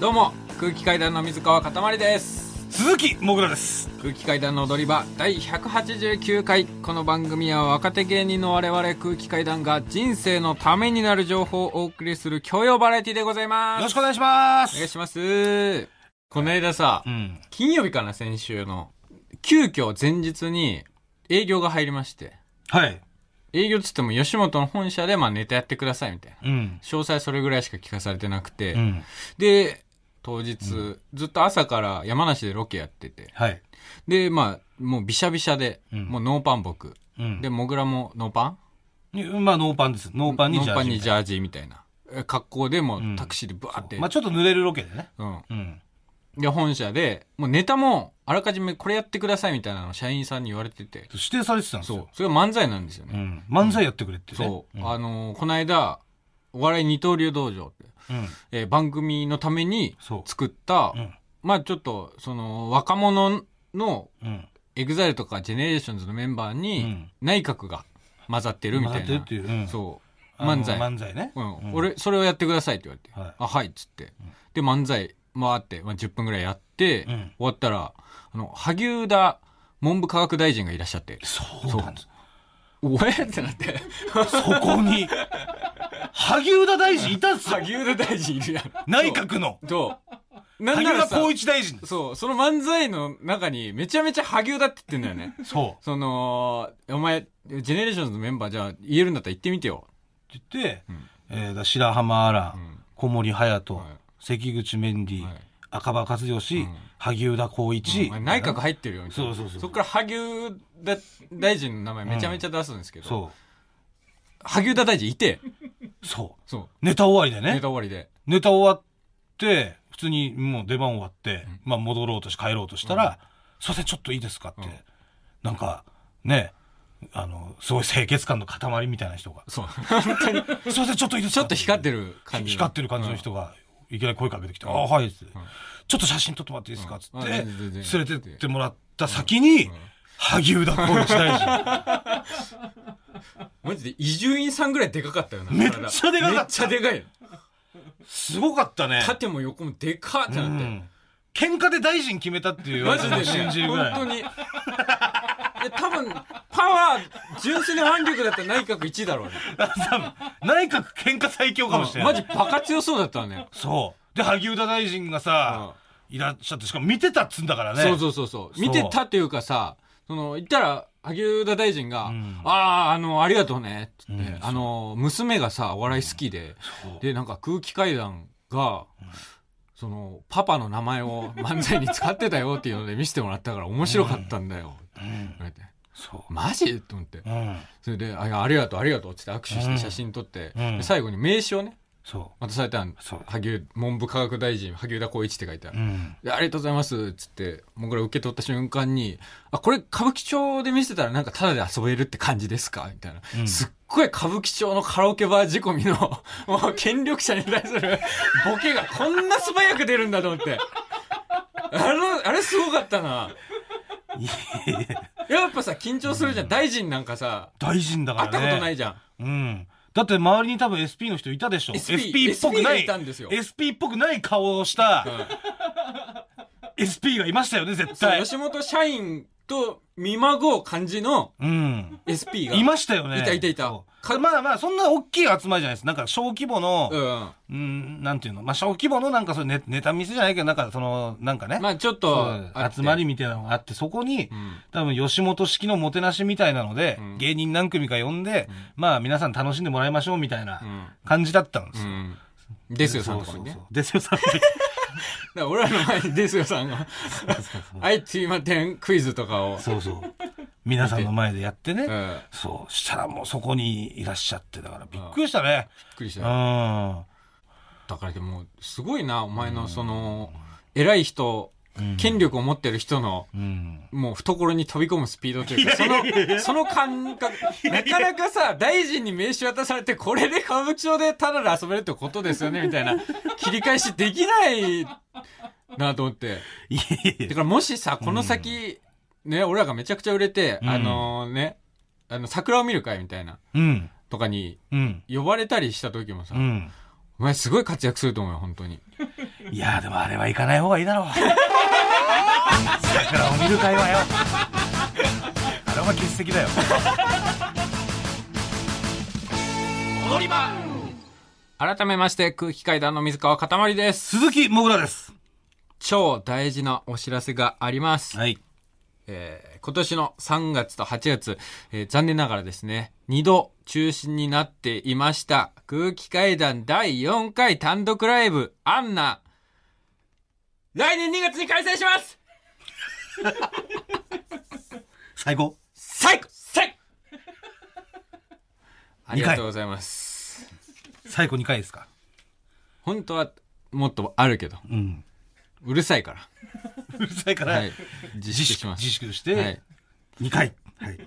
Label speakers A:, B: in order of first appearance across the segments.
A: どうも空気階段の水川かたまりです
B: 鈴木もぐらです
A: 空気階段の踊り場第189回この番組は若手芸人の我々空気階段が人生のためになる情報をお送りする教養バラエティでござい
B: よ
A: ま
B: ろ
A: す
B: しくお願いしま
A: お願い
B: す
A: しますこの間さ、
B: うん
A: 金曜日かな先週の急遽前日に営業が入りまして
B: はい
A: 営業っつっても吉本の本社でまあネタやってくださいみたいな
B: うん
A: 詳細それぐらいしか聞かされてなくて、
B: うん
A: で当日、ずっと朝から山梨でロケやってて
B: はい
A: でまあもうびしゃびしゃで、
B: うん
A: もうノーパン僕、
B: うん
A: でモグラもノーパン
B: まあノーパンですノーパンにジャージ
A: ジャージみたいなえ格好でもう
B: うん
A: タクシーでバーって、
B: まあちょっと濡れるロケでね
A: うん
B: うん
A: で本社でもうネタもあらかじめこれやってくださいみたいなのを社員さんに言われてて
B: 指定されてたんです
A: そう
B: よ
A: それが漫才なんですよね、
B: うん漫才やってくれってね
A: そう、
B: ん
A: あのーこの間お笑い二刀流道場って、
B: うん
A: えー番組のために
B: そう
A: 作った、
B: うん
A: まあちょっとその若者の
B: うん
A: エグザイルとかジェネレーションズのメンバー
B: う
A: に
B: ん
A: 内閣が混ざってるみたい
B: 混ざ
A: な、
B: ってるっていううん
A: そう
B: あの
A: 漫才、
B: 漫才ね
A: うん
B: うん
A: 俺それをやってくださいって言われて「
B: はい
A: あはい」っつって
B: うん
A: で漫才回って、まあ、10分ぐらいやって、
B: うん
A: 終わったらあの萩生田文部科学大臣がいらっしゃって
B: そうなんです
A: 「おえっ?」てなって
B: そこに萩生田大臣いたんすよ
A: 萩生田大臣いるやん
B: 内閣の
A: そうなん
B: 萩
A: なら
B: 生田
A: さ
B: 光一大臣です
A: そうその漫才の中にめちゃめちゃ萩生田って言ってんだよね
B: そう
A: そのお前ジェネレーションズのメンバーじゃあ言えるんだったら言ってみてよ、
B: って言って、
A: ん
B: えーだから白浜アラン、
A: うん
B: 小森隼人、
A: はい
B: 関口メンディー、
A: はい
B: 赤羽和義、
A: ん
B: 萩生田光一、
A: お前内閣入ってるよみたいな
B: そうそうそう
A: そっから萩生田大臣の名前めちゃめちゃ出すんですけど、
B: そ
A: 萩生田大臣いて
B: うそう
A: そ
B: ネタ終わりで
A: うネ
B: ね
A: タ終わりで
B: ネタ終わって普通にもう出番終わって、まあ、戻ろうとし帰ろうとしたら「すいませんちょっといいですか」って、
A: うん
B: なんかねあのすごい清潔感の塊みたいな人が
A: そう
B: 「すいませんちょっといいです
A: ち
B: か」
A: ょっと光って
B: る
A: る感じ
B: 光ってる感じの人が、いきなり声かけてきて「ああはい」っつって、ちょっと写真撮ってもらっていいですか」っつ
A: うん
B: っ
A: あ
B: て
A: 全然全然
B: 連れてってもらった先に、萩生田光一大 臣
A: マジで伊集院さんぐらいでかかったよな
B: めっちゃでかかった
A: めっちゃでかいよ
B: すごかったね
A: 縦も横もでかって
B: う
A: なって、
B: ん喧嘩で大臣決めたっていう
A: マジでね
B: 信じるぐらい
A: 本当に いや多分パワー純粋な腕力だったら内閣1位だろうね
B: 内閣喧嘩最強かもしれない、
A: マジバカ強そうだったわね
B: そうで萩生田大臣がさ、いらっしゃってしかも見てたっつんだからね
A: そうそうそうそう。
B: そう
A: 見てたというかさ、その、言ったら、萩生田大臣が、
B: うん
A: ああ、あの、ありがとうね、つって、
B: うん
A: あの、娘がさ、お笑い好きで、
B: そう
A: で、なんか空気階段が、その、パパの名前を漫才に使ってたよっていうので見せてもらったから面白かったんだよ。
B: うん
A: 言われて
B: そ
A: マジと思って
B: う、。うん、
A: それで、あいやありがとう、ありがとうってって握手し
B: う
A: て
B: ん
A: 写真撮って、
B: うん
A: で最後に名刺をね、
B: そ
A: 渡されたん
B: うそう、
A: 萩生文部科学大臣、萩生田光一って書いてある
B: う。ん、
A: でありがとうございます、つって、もぐら受け取った瞬間に、あ、これ歌舞伎町で見せてたらなんかタダで遊べるって感じですかみたいな。
B: うん
A: すっごい歌舞伎町のカラオケバー仕込みの、 もう権力者に対するボケがこんな素早く出るんだと思って。あの、あれすごかったな。やっぱさ、緊張するじゃん。大臣なんかさ、
B: 大臣だか
A: 会っ
B: らね
A: たことないじゃん。
B: うん、だって周りに多分 SP の人いたでしょ
A: SP
B: っぽく
A: SP
B: な
A: がい
B: い
A: たんですよ
B: SP っぽくない顔をした、SP がいましたよね絶
A: そう
B: 対
A: 吉本社員と見まごう感じの
B: うん
A: SP が。
B: いましたよね
A: いたいたいた
B: そう
A: か
B: まあまあそんな大きい集まりじゃないですなんか小規模の、
A: うん。
B: うん、なんていうの、まあ、小規模のなんかそうネネタ見せじゃないけど、なんかその、なんかね、
A: まあちょっ
B: そ
A: と
B: う
A: あって、
B: 集まりみたいなのがあって、そこに、
A: うん。
B: 多分吉本式のもてなしみたいなので、
A: うん
B: 芸人何組か呼んで、まあ皆さん楽しんでもらいましょうみたいな
A: う
B: 感じだったんですよ。
A: ん。ですよさん
B: そう
A: とか
B: そ
A: に
B: う
A: ね。だ
B: そ
A: か
B: う。ですよさんとかに
A: ら俺らの前にですよさんが、はい、すいません、クイズとかを。
B: そうそう。皆さんの前でやってね。
A: うん。びっ
B: そう。したらもうそこにいらっしゃって、だからびっくりしたね。
A: くりし
B: う
A: た。
B: ん。
A: だからでも、すごいな、お前のその、偉い人、権力を持ってる人の、
B: うん。
A: もう懐に飛び込むスピードというか、その、その感覚、なかなかさ、大臣に名刺渡されて、これで歌舞伎町でただで遊べるってことですよね、みたいな、切り返しできないなと思って。
B: いえいえ
A: だからもしさ、この先、ね、俺らがめちゃくちゃ売れて、
B: うん
A: あのね、あの、桜を見る会みたいな、
B: うん。
A: とかに
B: うん。
A: 呼ばれたりした時もさ、
B: うん。
A: お前すごい活躍すると思うよ、本当に。
B: いいやーでもあれは行かない方がいいだろう桜を見る会はよあれは欠席だよ
A: 改めまして、空気階段の水川かたまりです。
B: 鈴木もぐらです
A: 超大事なお知らせがあります。
B: はい
A: えー今年の3月と8月、えー残念ながらですね、2度中止になっていました。空気階段第4回単独ライブ、アンナ。来年2月に開催します
B: 最高
A: 最高最 高あ
B: 二回
A: りがとうございます。
B: 最高2回ですか
A: 本当はもっとあるけど、
B: うん
A: うるさいか。
B: うるさいからら、
A: はい。自
B: 自
A: 粛し
B: 粛
A: ます。
B: 自粛し
A: はい
B: て。2回はい、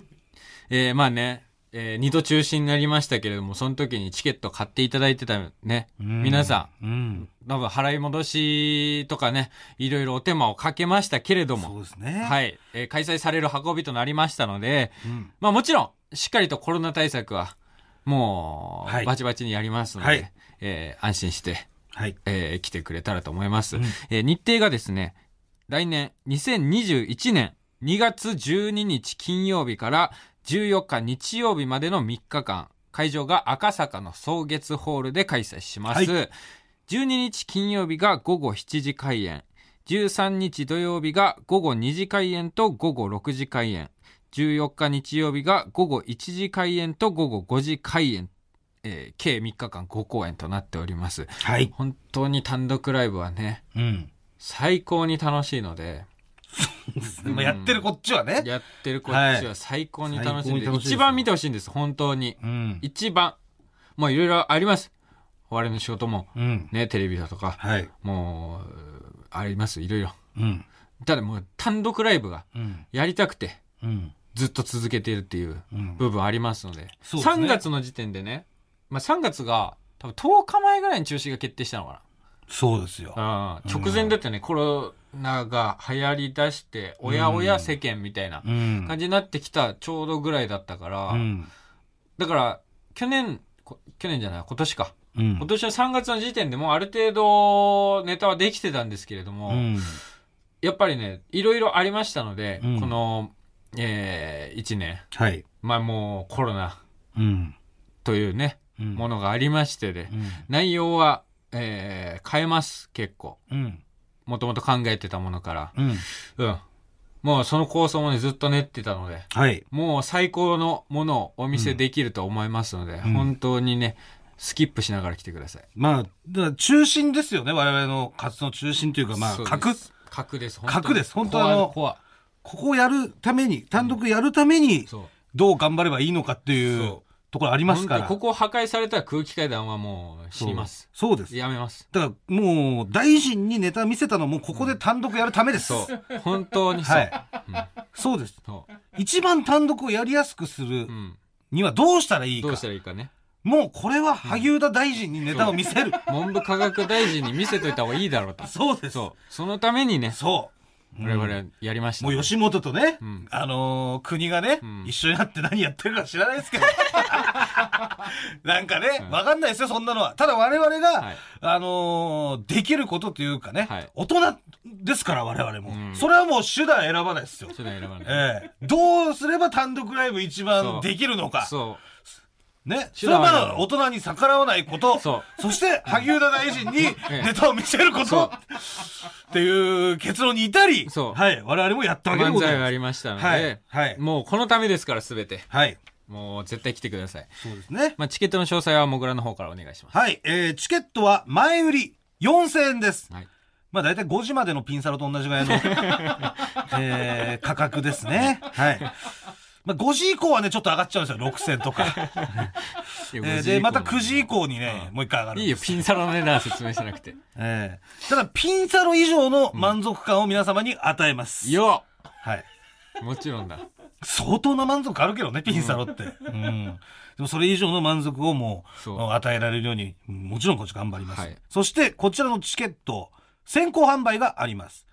A: えーまあね、えー二度中止になりましたけれども、その時にチケット買っていただいてたね、皆さ
B: んうん
A: ん、多分払い戻しとかね、いろいろお手間をかけましたけれど
B: そう
A: も、
B: ですね、
A: はいい、えー開催される運びとなりましたので、
B: うん
A: まあもちろん、しっかりとコロナ対策は、も、
B: はいう
A: バチバチにやりますので、
B: はい
A: えー安心して、
B: はい、
A: えー来てくれたらと思います。
B: うん
A: えー日程がですね、来年2021年2月12日金曜日から14日日曜日までの3日間、会場が赤坂の草月ホールで開催します。12日金曜日が午後7時開演、13日土曜日が午後2時開演と午後6時開演、14日日曜日が午後1時開演と午後5時開演、えー計3日間5公演となっております。
B: はい、
A: 本当に単独ライブはね、
B: うん
A: 最高に楽しいので、
B: ですねまあ、やってるこっちはね。
A: やってるこっちは最高に楽しんで、
B: 最高に楽しいです
A: 一番見てほしいんです、本当に。
B: うん。
A: 一番。もういろいろあります。我々の仕事も、
B: うん。
A: ね、テレビだとか、
B: はい。
A: もう、あります、いろいろ。
B: うん。
A: ただもう単独ライブが
B: うん。
A: やりたくて、
B: うん。
A: ずっと続けているっていう
B: うん。
A: 部分ありますので、
B: そうですね
A: 3月の時点でね、まあ3月が、多分10日前ぐらいに中止が決定したのかな。
B: そうですよ。
A: ああ直前だってね、コロナが流行り出して、おやおや世間みたいな
B: うん。
A: 感じになってきたちょうどぐらいだったから、
B: うん。
A: だから、去年、こ去年じゃない、今年か。
B: うん
A: 今。年の3月の時点でもうある程度ネタはできてたんですけれども、
B: うん。
A: やっぱりね、いろいろありましたので、
B: うん
A: この、えー、1年、
B: はい。
A: まあもうコロナ
B: うん。
A: というね、
B: うん
A: ものがありましてで、内容は、えー変えます、結構。
B: うん。
A: もともと考えてたものから。
B: うん。
A: うん。もうその構想もね、ずっと練ってたので、
B: はい。
A: もう最高のものをお見せできると思いますので、
B: ん
A: 本当にね、スキップしながら来てください。
B: まあ、だから中心ですよね。我々の活動の中心というか、まあ、
A: そうです
B: 核。
A: 核です。
B: 核です本当
A: は
B: はあの
A: コア。コ
B: ここをやるために、単独やるために
A: ア、そう。
B: どう頑張ればいいのかってい
A: そう
B: うところありますか
A: 本
B: ら。
A: 当にここを破壊されたら空気階段はもう死にます。
B: そうです。
A: やめます。
B: だから、もう、大臣にネタ見せたのも、ここで単独やるためです。
A: そう。本当にそう。
B: はい
A: うん。
B: そうです。
A: そう。
B: 一番単独をやりやすくす
A: う
B: る
A: ん。
B: にはどうしたらいい
A: ど
B: か
A: うし。たらいいかね。
B: もうこれは萩生田大臣にネタを見せる。
A: 文部科学大臣に見せといた方がいいだろうと。
B: そうです。
A: そ。
B: そう
A: そのためにね
B: う。、そう。
A: 我々はやりました
B: も
A: ね、
B: う吉本とね、
A: うん
B: あのー国がね、
A: うん
B: 一緒になって何やってるか知らないです けど。なんかね
A: う、ん
B: わかんないですよ、そんなのは。ただ我々が、
A: はい
B: あのーできることというかね、
A: はい
B: 大人ですから我々も、
A: うん
B: それはもう手段選ばないですよ。
A: それは選ばない。
B: ええどうすれば単独ライブ
A: そ
B: 一
A: う
B: 番できるのか。
A: そう。
B: ね。そ
A: 手
B: れは
A: 段は
B: ま
A: 選ぶ
B: だ大人に逆らわないこと。
A: そ
B: そして、萩生田大臣に
A: え
B: ネタを見せるこ
A: そう
B: とっていう結論に至り、
A: そう
B: はい、我々もやったわけで
A: 漫
B: ござ
A: 才
B: い
A: が
B: ま
A: あ
B: す。
A: りましたので、
B: はい、はい、
A: もうこのためですから全て
B: はい。
A: もう絶対来てください、
B: そうですね。
A: まあ、チケットの詳細はもぐらの方からお願いします
B: はい、えー、チケットは前売り4000円です。
A: はい、
B: まあ大体5時までのピンサロと同じ ぐらいの、えー、価格ですね。はい。まあ5時以降はね、ちょっと上がっちゃうんですよ、6000とか。
A: いや5
B: えー
A: 時以
B: で、
A: 降
B: また9時以降にね、
A: うん
B: もう一回上がるん
A: い
B: です。
A: いよピンサロの値段は説明しなく て
B: えーただ、ピンサロ以上の満足感を皆様に与えます。
A: よ
B: はい。
A: もちろんだ
B: 相当な満足あるけどね、ピンサロ って。うん。でもそれ以上の満足をもう
A: そう
B: 与えられるように、うんもちろんこっち頑張ります。
A: はい
B: そして、こちらのチケット、先行販売があります。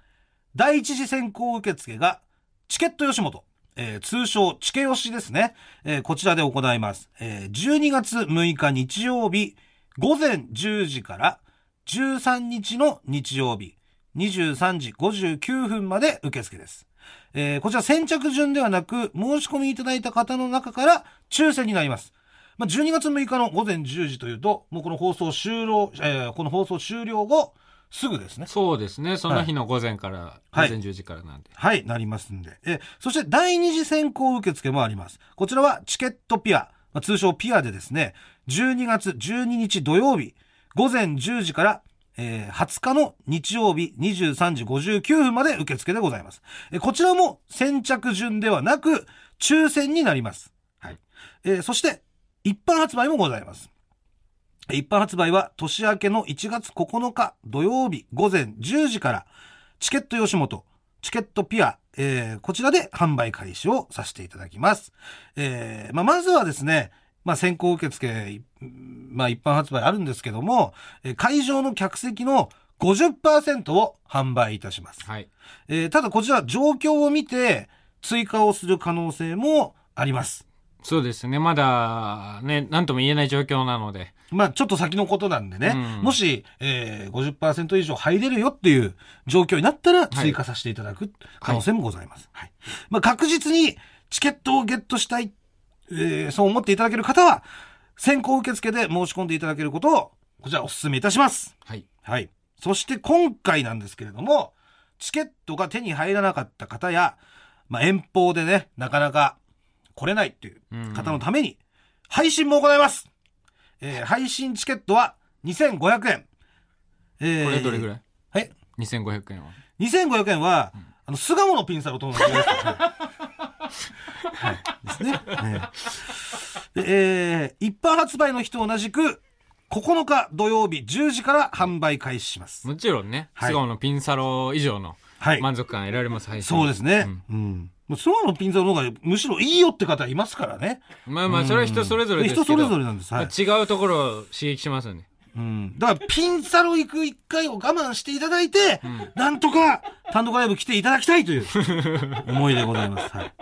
B: 第一次先行受付が、チケット吉本、えー通称、チケ吉ですね、えーこちらで行います。えー12月6日日曜日、午前10時から、 13日の日曜日、23時59分まで受付です。えーこちら先着順ではなく、申し込みいただいた方の中から抽選になります。まあ、12月6日の午前10時というと、もうこの放送終了、えーこの放送終了後、すぐですね。
A: そうですね。その日の午前から、
B: はい
A: 午前10時からなんで。
B: はい、なりますんで。えー、そして第二次選考受付もあります。こちらはチケットピア、まあ通称ピアでですね、12月12日土曜日、午前10時から、えー20日の日曜日23時59分まで受付でございます。えーこちらも先着順ではなく、抽選になります。はい。えーそして、一般発売もございます。えー一般発売は年明けの1月9日土曜日午前10時から、チケット吉本、チケットピア、えーこちらで販売開始をさせていただきます。えーまあ、まずはですね、まあ、先行受付、いまあ、一般発売あるんですけども、えー会場の客席の50%を販売いたします。
A: はい。
B: えーただこちら状況を見て追加をする可能性もあります。
A: そうですね。まだ、ね、なんとも言えない状況なので。
B: まあ、ちょっと先のことなんでね、
A: うん
B: もし、えー、50%以上入れるよっていう状況になったら追加させていただく可能性もございます。はい。まあ、確実にチケットをゲットしたい、えーそう思っていただける方は、先行受付で申し込んでいただけることを、こちらお勧めいたします。
A: はい。
B: はい。そして今回なんですけれども、チケットが手に入らなかった方や、まあ、遠方でね、なかなか来れないっていう
A: うん
B: 方のために、配信も行います、えー配信チケットは2500円。えー
A: これどれぐらい
B: はい。
A: ?2500 円は。
B: 2500円は、あの、巣鴨のピンサロ と同じですからね。はい。ですね。ええでえー一般発売の日と同じく、9日土曜日10時から販売開始します。
A: もちろんね、
B: はい
A: 素顔のピンサロ以上の
B: はい。
A: 満足感得られます、配信
B: そうですね。うん。もうスワのピンザの方がむしろいいよって方いますからね。
A: まあまあ、それは人それぞれですけど。
B: 人それぞれなんです。はい。
A: まあ違うところを刺激しますよね。
B: うん。だからピンサロ行く一回を我慢していただいて、なんとか単独ライブ来ていただきたいという思いでございます。はい。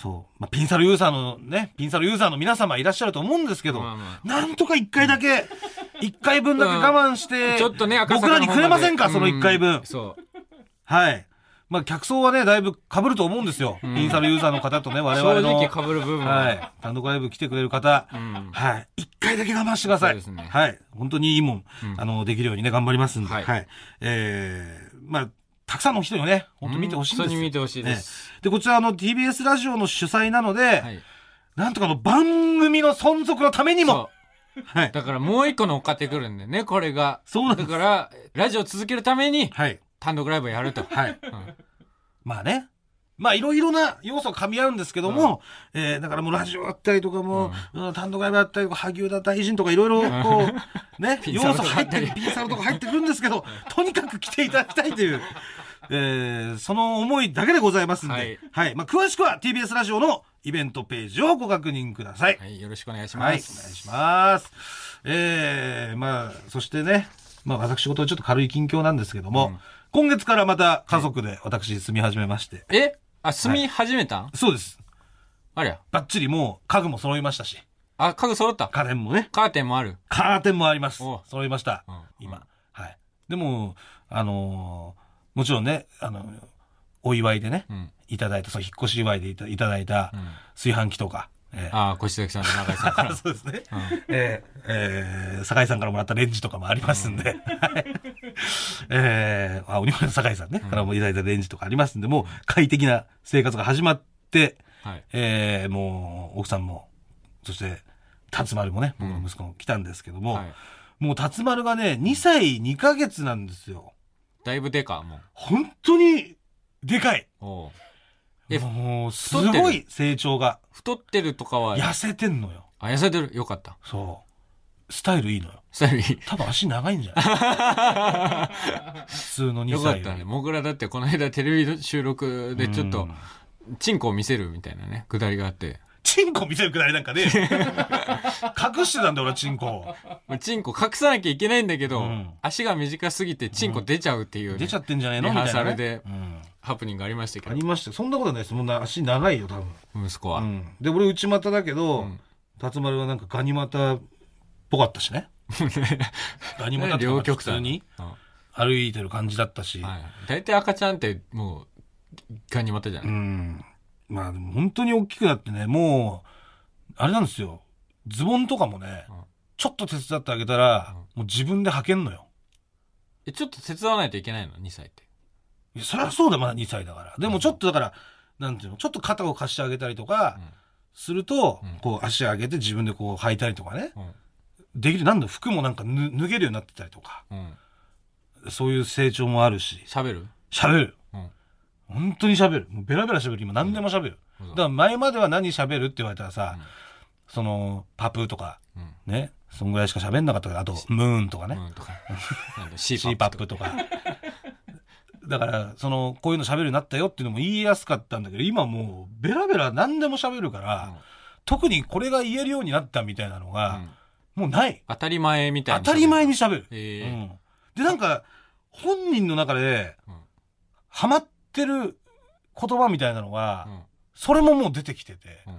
B: そう。まあ、ピンサロユーザーのね、ピンサロユーザーの皆様いらっしゃると思うんですけど、
A: まあま
B: なんとか一回だけ、一回分だけ我慢して、
A: ちょっとね、赤坂
B: 僕らにくれませんか、
A: の
B: そ
A: 方
B: の
A: で
B: 一回
A: うん。
B: 分
A: そう。
B: はい。まあ、客層はね、だいぶ被ると思うんですよ。ピンサロユーザーの方とね、我々
A: 正
B: の。
A: 直被る部分は。
B: はい。単独ライブ来てくれる方、
A: ん
B: はい。一回だけ我慢してください。
A: そうですね
B: はい。本当にいいもん、あの、できるようにね、頑張りますんで。は。
A: はいい
B: えー、まあ、たくさんの人にね、本当見てほしいんですよ。
A: 本当に見てほしいです
B: ええ。で、こちら、あの、TBS ラジオの主催なので、
A: はい。
B: なんとかあの番組の存続のためにも
A: そ、
B: はい。
A: う。だからもう一個乗っかってくるんでね、これが。
B: そうなんで
A: だ
B: す。
A: から、ラジオ続けるために、
B: はい。
A: 単独ライブをやると。
B: はい。
A: うん
B: まあね。まあ、いろいろな要素が噛み合うんですけども、えーだからもうラジオだったりとかも、うん単独ライブだったりとか、萩生田大臣とかいろいろ、こう、ね、
A: ピン
B: 要
A: サロ
B: 素
A: とか入
B: 入っ
A: った
B: て
A: り
B: る、ピンサロとか入ってくるんですけど、とにかく来ていただきたいという、えーその思いだけでございますんで、は
A: はいい。
B: まあ、詳しくは TBS ラジオのイベントページをご確認ください。
A: はい、よろしくお願いし
B: はい、お
A: ま
B: 願い
A: す。
B: します。えー、まあ、そしてね、まあ私事でちょっと軽い近況なんですけども、今月からまた家族で私住み始めまして、
A: えあ、住み始めたん、
B: そうです。
A: ありゃ。
B: バッチリもう家具も揃いましたし、
A: あ、家具揃った。
B: 家電もね、
A: カーテンもある。
B: カーテンもあります
A: お。
B: 揃いました
A: うん。
B: 今。はい。でも、あのーもちろんね、あのーお祝いでね、
A: うん。
B: いただいた、そう、引っ越し祝いでいたいただいた
A: うん。
B: 炊飯器とか、えー
A: あ、越崎さんと中井さんから。
B: そうです ね。えーえー酒井さんからもらったレンジとかもありますんで、はい えーあ、お庭の酒井さんね、からもいただいたレンジとかありますんで、もう快適な生活が始まって、
A: はい。
B: えーもう奥さんも、そして、辰丸もね、僕の息子も来たんですけども、
A: はい。
B: もう辰丸がね、2歳2ヶ月なんですよ。
A: だいぶでか、もう。
B: 本当に、でかい。
A: おうえ
B: もう、す
A: 太ってる
B: ごい成長が。
A: 太ってるとかは、
B: 痩せてんのよ。
A: あ、痩せてる。よかった。
B: そう。スタイルいいのよ。
A: スタイルい い。
B: 多分足長いんじゃ ない普通の2
A: よ
B: 歳
A: か
B: よ
A: っ
B: り
A: たね。もぐらだって、この間テレビの収録でちょっ
B: う
A: と
B: ん、
A: チンコを見せるみたいなね、くだりがあって。
B: チンコ見せるくだりなん かね隠してたんだよ俺はチンコを
A: まあチンコ隠さなきゃいけないんだけど、
B: うん
A: 足が短すぎてチンコ出ちゃうっていうね、
B: 出ちゃってんじゃねえの
A: リ
B: み
A: ハ
B: たい
A: ー
B: な、ね、
A: サルで
B: うん
A: ハプニングありましたけ
B: あ
A: ど、
B: りましたよそんなことはないですそんな足長いよ多分、
A: 息子は。
B: うんで俺内股だけど、
A: ん
B: 辰丸はなんかガニ股っぽかったしね何もなくて
A: 両極
B: 普通
A: 端
B: に
A: うんは
B: 歩いてる感じだったし、
A: い大体赤ちゃんってもう一回にまたじゃな
B: う
A: い、
B: ん。まあでも本当に大きくなってね、もう、あれなんですよ。ズボンとかもね、
A: うん
B: ちょっと手伝ってあげたら、もう自分で履けんのよ。
A: えちょっと手伝わないといけないの2歳って
B: いやそりゃそうだ、まだ2歳だから。でもちょっとだから、なんていうの、ちょっと肩を貸してあげたりとか
A: うん、
B: すると、
A: うん
B: こう足上げて自分でこう履いたりとかね。
A: うん
B: できる、なんだ、服もなんかぬ脱げるようになってたりとか、
A: うん
B: そういう成長もあるし、
A: 喋る
B: 喋る。
A: うん
B: 本当に喋る。もうベラベラ喋る。今何でも喋る。
A: うん
B: だから前までは何喋るって言われたらさ、
A: うん
B: その、パプーとか、
A: うん
B: ね、そんぐらいしか喋んなかったから、あと、ムーンとかね、
A: うんと かなんだ C
B: シーパ
A: パ
B: ッ
A: ップ
B: プ
A: と
B: と
A: か
B: か。だから、その、こういうの喋るようになったよっていうのも言いやすかったんだけど、今もう、ベラベラ何でも喋るから、特にこれが言えるようになったみたいなの
A: うんう
B: が、
A: ん
B: もうない。
A: 当たり前みたい
B: 当
A: な
B: たり前に喋る。
A: え
B: う
A: ー
B: ん、で、なんか、本人の中で
A: うん、
B: ハマってる言葉みたいなのが、
A: うん
B: それももう出てきてて、
A: うん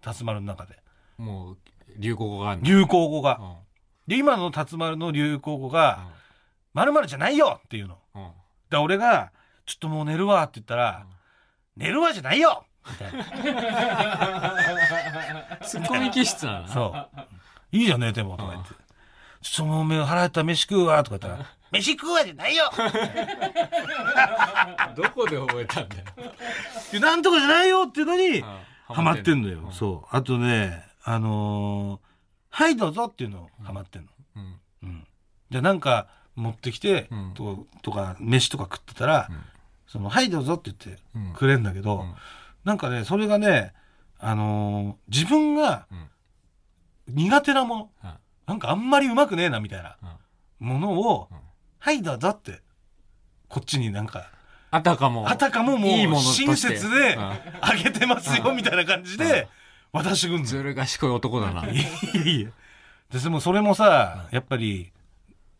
B: 辰丸の中で。
A: もう流行語があるの
B: 流行語が。
A: うん
B: で、今の辰丸の流行語が、〇〇じゃないよっていうの。
A: うんうん
B: だから俺が、ちょっともう寝るわって言ったら、寝るわじゃないよみたい な。
A: ツッコミ気質なの
B: そう。いいじゃん寝てもとか言って。ちょっともう目腹減った飯食うわとか言 ったら、飯食うわじゃないよ
A: どこで覚えたんだよ
B: でなんとかじゃないよっていうのに、
A: うん
B: ハマってんのよ。
A: う
B: そう。あとね、あのーはいどうぞっていうのハマってんの。
A: うん
B: うん。じゃあなんか持ってきて
A: うん、
B: ととか、飯とか食ってたら
A: うん、
B: その、はいどうぞって言って
A: うん
B: くれんだけど、
A: うん
B: なんかね、それがね、あのー自分が
A: うん
B: 苦手なもの、
A: うん
B: なんかあんまりうまくねえなみたいな
A: うん
B: ものを、
A: うん
B: はい、どうぞって、こっちになんか、
A: あたかも
B: あたかももう
A: いいものとして
B: 親切で
A: うん
B: あげてますよみたいな感じで渡してくんの
A: ず
B: よ。
A: る賢い男だない
B: や いやいや。で、でもそれもさ、やっぱり、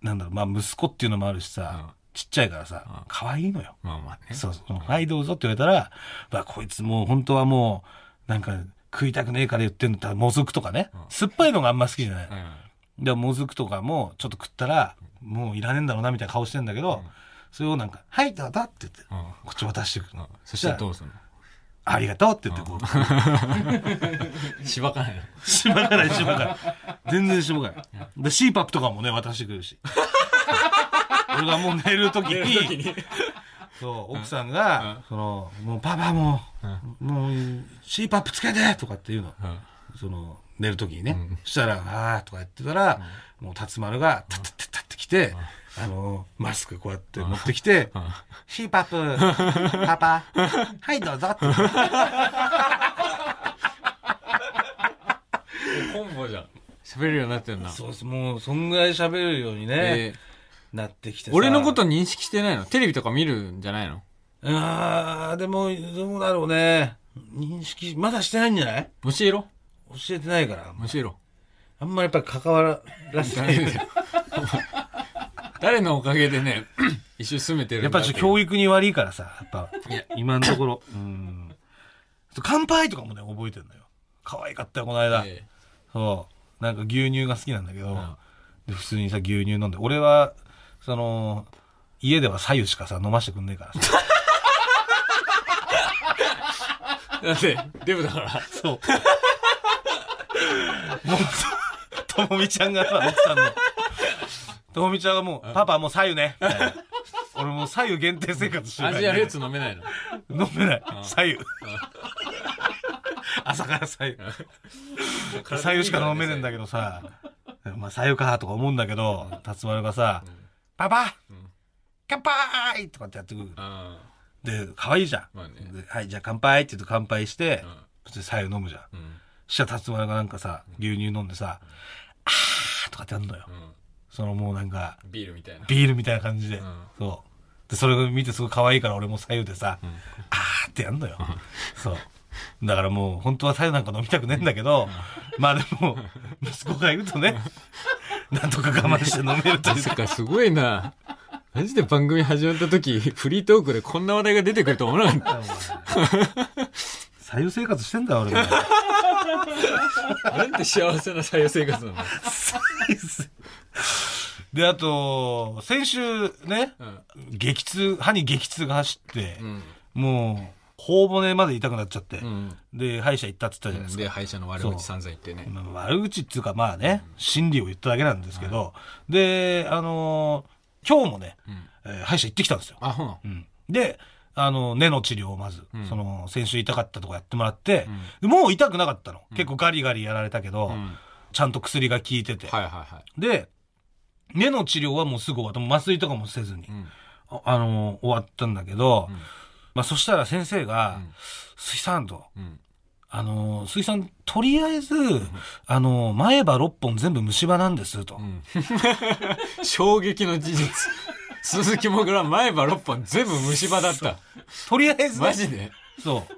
B: なんだろう、まあ息子っていうのもあるし
A: うん
B: さ、ちっちゃいから
A: うん
B: さ、可愛いのよ。
A: まあまあね
B: そうそう。はい、どうぞって言われたら、まあ、こいつもう本当はもう、なんか、食いたくねえから言ってんだったら、もずくとかね
A: うん。
B: 酸っぱいのがあんま好きじゃない。
A: うん
B: で、もずくとかも、ちょっと食ったら、もういらねえんだろうな、みたいな顔してんだけど、それをなんか、はい、どうぞって言って、
A: うん
B: こっち渡してくる
A: う
B: の
A: ん。そしたらどうすんの
B: ありがとうって言って、こう、
A: しばかないの
B: しばかない、しばかない。全然しばかない。で、シーパップとかもね、渡してくれる し。俺がもう寝るときに、そう、奥さんが、その、もうパパもう、もう、シーパップつけてとかっていうの。
A: うん
B: その、寝るときにね。そしたら、あーとかやってたら、もう、辰丸が、タッタッタッタッって来て、あの、マスクこうやって持ってきて、シーパッ プ、パパ、はい、どうぞって。
A: コンボじゃん喋れるようになってんな
B: そうです、もう、そんぐらい喋るようにね、
A: えー
B: なってきてさ
A: 俺のこと認識してないのテレビとか見るんじゃないの
B: あー、でも、どうだろうね。認識、まだしてないんじゃない
A: 教えろ
B: 教えてないから。
A: 教えろ
B: あんまりやっぱり関わらせない。や
A: 誰のおかげでね 一緒に住めてる
B: っ
A: んだ
B: ぱ
A: て
B: ちょっと教育に悪いからさ、やっぱ
A: いや、
B: 今のところ。 うん。乾杯とかもね、覚えてんのよ。可愛かったよ、この間。
A: え
B: そう。なんか牛乳が好きなんだけど、
A: ん
B: で普通にさ、牛乳飲んで。俺は、その、家では左右しかさ、飲ましてくんねえからさ。
A: ーだってデブだから
B: そう。もうさ、ともみちゃんがさ、奥さんの。ともみちゃんがもう、パパもう左右ね。みたいな俺もう左右限定生活してるから
A: 味あるやつ飲めないの
B: 飲めない。左右。朝から左右。左右しか飲めねえんだけ どさ、まあ左右かとか思うんだけど、辰丸がさ、パパ乾杯とかってやってくる。
A: あ
B: で、可愛いじゃん。
A: まあね
B: ではい、じゃあ乾杯って言うと乾杯して
A: うん、
B: 普通に左右飲むじゃん。
A: ーうん
B: したら辰丸がなんかさ、牛乳飲んでさ、あーとかってやるのよ。
A: う
B: そのもうなんか、
A: んビールみたいな
B: ビールみたいな感じで。
A: ん
B: そう。で、それを見てすごい可愛いから俺も左右でさ、あーってやんのよ。そう。だからもう本当は左右なんか飲みたくねえんだけど、まあでも、息子がいるとね、なんとか我慢して飲めるという
A: まさかすごいなマジで番組始まった時フリートークでこんな話題が出てくると思わなかった
B: 左右生活してんだ よ俺も。
A: なんて幸せな採用生活なの
B: 左右で、あと、先週ね、
A: うん。
B: 激痛、歯に激痛が走って、
A: うん。
B: もう、頬骨まで痛くなっちゃって、
A: うん。
B: で、歯医者行ったって言ったじゃないですか。
A: で、歯医者の悪口散々言ってね。
B: まあ悪口っていうか、まあね、真理を言っただけなんですけど、で、あのー今日もね、
A: うん。
B: えー歯医者行ってきたんですよ。
A: あ、ほな。
B: うんで、あの、根の治療をまず、
A: うん
B: その、先週痛かったとこやってもらって、もう痛くなかったの。結構ガリガリやられたけど、
A: うん。うん。はい
B: ちゃんと薬が効いてて。
A: はいはい。
B: で、根の治療はもうすぐ終わった。もう麻酔とかもせずに
A: う、ん。
B: ああのー終わったんだけど、
A: うん
B: まあそしたら先生
A: う
B: が、
A: ん
B: 水産と、
A: うん。
B: あのー、水産、とりあえず、あのー、前歯6本全部虫歯なんです、と。
A: うん 衝撃の事実。鈴木もぐら前歯6本全部虫歯だった。
B: とりあえず、
A: マジで。
B: そう。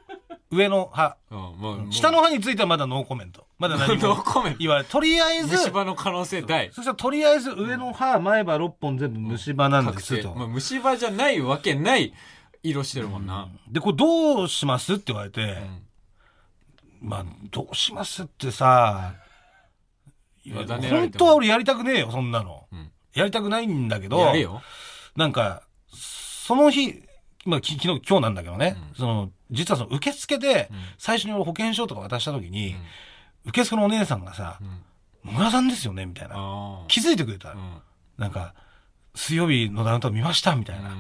B: 上の歯。
A: うん、もう、もう
B: 下の歯についてはまだノーコメント。まだ 何
A: ノ
B: も
A: ーコメント。
B: 言われとりあえず、
A: 虫歯の可能性大。
B: そしたらとりあえず上の歯、前歯6本全部虫歯なんで
A: 確
B: す
A: 定。
B: と。
A: まあ、虫歯じゃないわけない色してるもんな。
B: で、これどうしますって言われて
A: う、ん。
B: まあ、どうしますってさ、いや
A: 委ねられても
B: 本当は俺やりたくねえよ、そんなの。
A: うん
B: やりたくないんだけど、
A: やれよ。
B: なんか、その日、まあ、き昨日、今日なんだけどね、
A: うん
B: その、実はその受付で
A: うん、
B: 最初に俺保険証とか渡した時に、受付のお姉さんがさ
A: う、ん。
B: 野村さんですよねみたいな。
A: ああ。
B: 気づいてくれた。
A: うん。
B: なんか、水曜日のダウンタウン見ましたみたいな。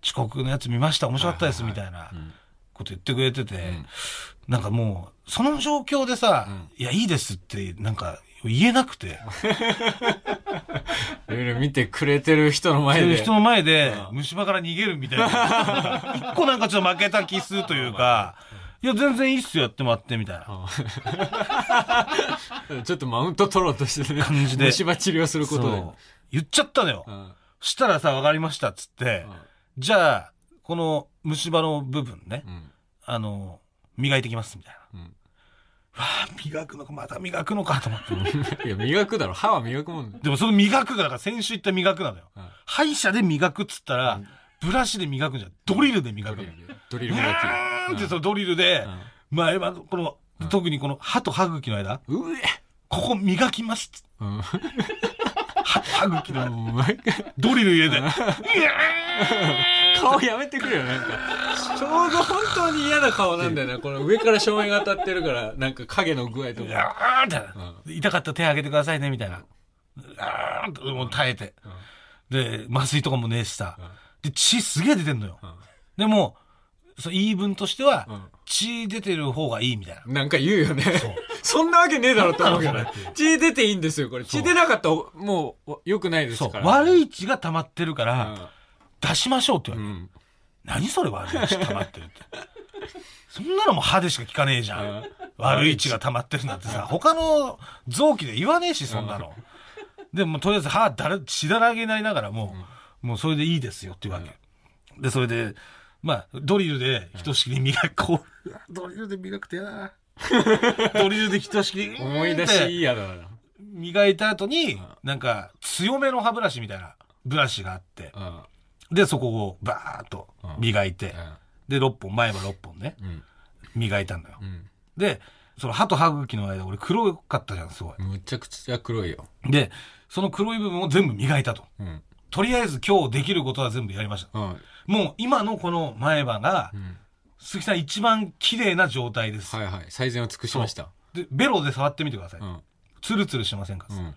B: 遅刻のやつ見ました面白かったです
A: は
B: み
A: いはい
B: たいな
A: うん
B: こと言ってくれてて、
A: ん
B: なんかもう、その状況でさ、
A: うん
B: いや、いいですって、なんか、言えなくて、
A: いろいろ見てくれてる人の前
B: そういう
A: で。
B: 人の前で、
A: うん
B: 虫歯から逃げるみたいな。 一個なんかちょっと負けた気するというか、いや、全然いいっすよ、やってもらって、みたいな。
A: うん ちょっとマウント取ろうとしてね。
B: 感じで
A: 虫歯治療することで。
B: そう言っちゃったのよ。
A: うん
B: したらさ、わかりました、っつって、じゃあ、この虫歯の部分ね
A: う、ん。
B: あの、磨いてきます、みたいな。
A: うん。
B: わあ、磨くのか、また磨くのか、と思って。
A: いや、磨くだろ。歯は磨くもん。
B: でもその磨くが、だから先週言った磨くなのよ。
A: うん
B: 歯医者で磨くっつったら、ブラシで磨くんじゃん。ドリルで磨
A: ド
B: くの
A: リ
B: よ
A: ル。ドリ
B: う
A: ル磨
B: ーん
A: き。
B: ってそのドリルで、前はこの、
A: うん
B: 特にこの歯と歯茎の間、
A: うんうえ
B: ここ磨きますっつ。
A: うん。
B: 歯と歯茎の間、
A: もう毎回
B: ドリル入 れて。
A: 顔やめてくれよ、なんか。ちょうど本当に嫌な顔なんだよな。この上から照明が当たってるから、なんか影の具合と
B: う
A: か。
B: わーって痛かったら手挙げてくださいね、みたいな。うわーってもう耐えて。で、麻酔とかもねえしさ
A: うん。
B: で、血すげえ出てんのよ。
A: うん
B: でも、そう言い分としては、
A: うん
B: 血出てる方がいいみたいな。
A: なんか言うよね。そんなわけねえだろって思うけど
B: なん
A: ね
B: だろうな。
A: 血出ていいんですよ、これ。
B: そ
A: 血
B: う
A: 出なかったら、もう、良くないです
B: そう
A: か。ら。
B: 悪
A: い。
B: い血が溜まってるから、出しましょうって言
A: う
B: われて。
A: ん。
B: 何それ悪い血溜まってるって。そんなのも歯でしか効かねえじゃ。
A: うんん
B: 悪い血が溜まってるなんてさ、他の臓器で言わねえし、そんなの。でも、とりあえず歯だら、血だらけになりながらもう、もうそれでいいですよっていうわけ。で、それで、まあ、ドリルでひとしきり磨く、こううわ、ドリルで磨くてやな。ドリルでひとしきり、
A: 思い出し嫌だな。
B: 磨いた後に、なんか強めの歯ブラシみたいなブラシがあって、
A: うん。
B: で、そこをバーっと磨いて、で、6本、前歯6本ね、
A: うん。
B: 磨いたんだよ
A: う。ん。
B: で、その歯と歯茎の間、俺黒かったじゃん、すごい。
A: むちゃくちゃ黒いよ。
B: で、その黒い部分を全部磨いたと。
A: うん。
B: とりあえず今日できることは全部やりました。
A: うん。
B: もう今のこの前歯が
A: う、ん
B: 鈴木さん一番綺麗な状態です。
A: はいはい。最善を尽くしました。
B: で、ベロで触ってみてください。
A: うん。
B: ツルツルしてませんか、
A: うん。
B: う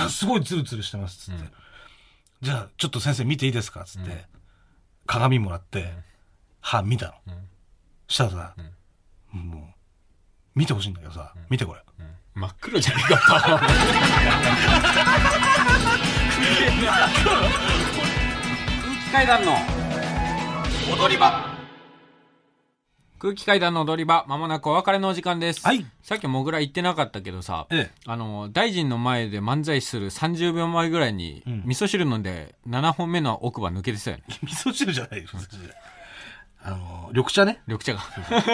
B: わ、すごいツルツルしてます、つって。
A: うん
B: じゃあ、ちょっと先生見ていいですかつって、
A: うん
B: 鏡もらって、歯見たの。
A: うん
B: したらさ、もう、見てほしいんだけどさ、見てこれ。
A: うん真っ黒じゃねえか、パワー空気階段の踊り場。空気階段の踊り場、まもなくお別れのお時間です。
B: はい。
A: さっきもぐら言ってなかったけどさ、
B: ええ
A: あの、大臣の前で漫才する30秒前ぐらいに、
B: ん
A: 味噌汁飲んで7本目の奥歯抜けてたよね。
B: 味噌汁じゃないよ、味噌汁あの、緑茶ね。
A: 緑茶が。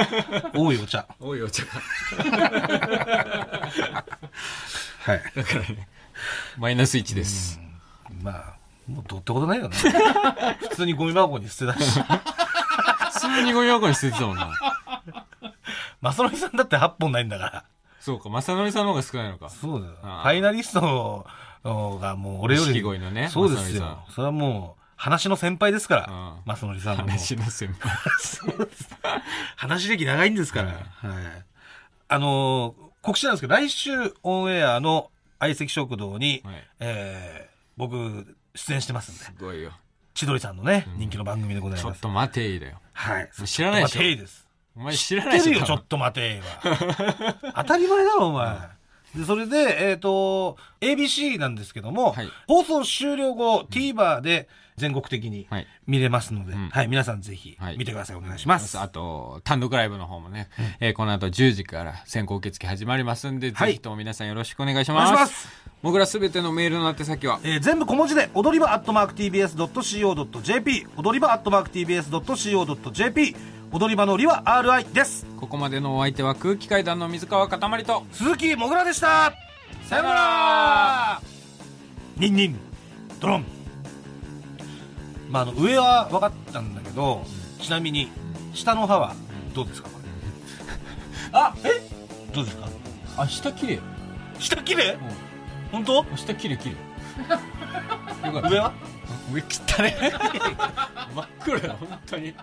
B: 多いお茶。
A: おいお茶が。
B: はい。
A: だからね、 マイナス1です。
B: まあ、もうどうってことないよね。 普通にゴミ箱に捨てたし。
A: 普通にゴミ箱に捨ててたもんな。
B: マサノリさんだって8本ないんだから。
A: そうか、正則さんの方が少ないのか。
B: そうだよ。フ
A: ああ
B: ァイナリストがもう俺よ
A: 錦
B: り、
A: 鯉のね。
B: そうです
A: ま
B: よ。それはもう、話の先輩ですか
A: さみ
B: ら、
A: さん。
B: マスノリさん
A: う
B: の
A: ん。
B: もう。
A: 話の先輩。
B: 話歴長いんですから。はい。あのー告知なんですけど、来週オンエアの相席食堂に、
A: はい。
B: えー僕、出演してますんで、
A: すごいよ。
B: 千鳥さんのね、
A: うん
B: 人気の番組でござい
A: ちょ
B: ま
A: っ
B: す。
A: と待ていだよ。
B: はい。
A: 知らないでしょ
B: ちょっと待ていです。
A: お前知らない
B: 知
A: でしてょ
B: っるよ、ちょっと待ては。当たり前だろ、お前。で、それで、えっ、と、ABC なんですけども、
A: はい
B: 放送終了後、TVer で全国的に
A: はい
B: 見れますので、
A: うん
B: はい、皆さんぜひ
A: はい
B: 見てください。お願いします。
A: あと、単独ライブの方もね、えーこの後10時から先行受付始まりますんで、
B: はい
A: ぜひとも皆さんよろしくお願いし
B: お願
A: ま
B: い
A: す。
B: します。
A: 僕らすべてのメールの宛先は、
B: えー全部小文字で踊り場アットマーク TBS.CO.JP 踊り場アットマーク TBS.CO.JP 踊り場のりは RI です
A: ここまでのお相手は空気階段の水川かたまりと、
B: 鈴木もぐらでしたさよならニンニンドロンまああの上は分かったんだけどちなみに下の歯はどうですかこれあえどうですか
A: あ、下綺麗よ。
B: 下綺麗本当
A: 下綺麗綺麗。よかった
B: 上は
A: 上切ったね。真っ黒だ、本当に。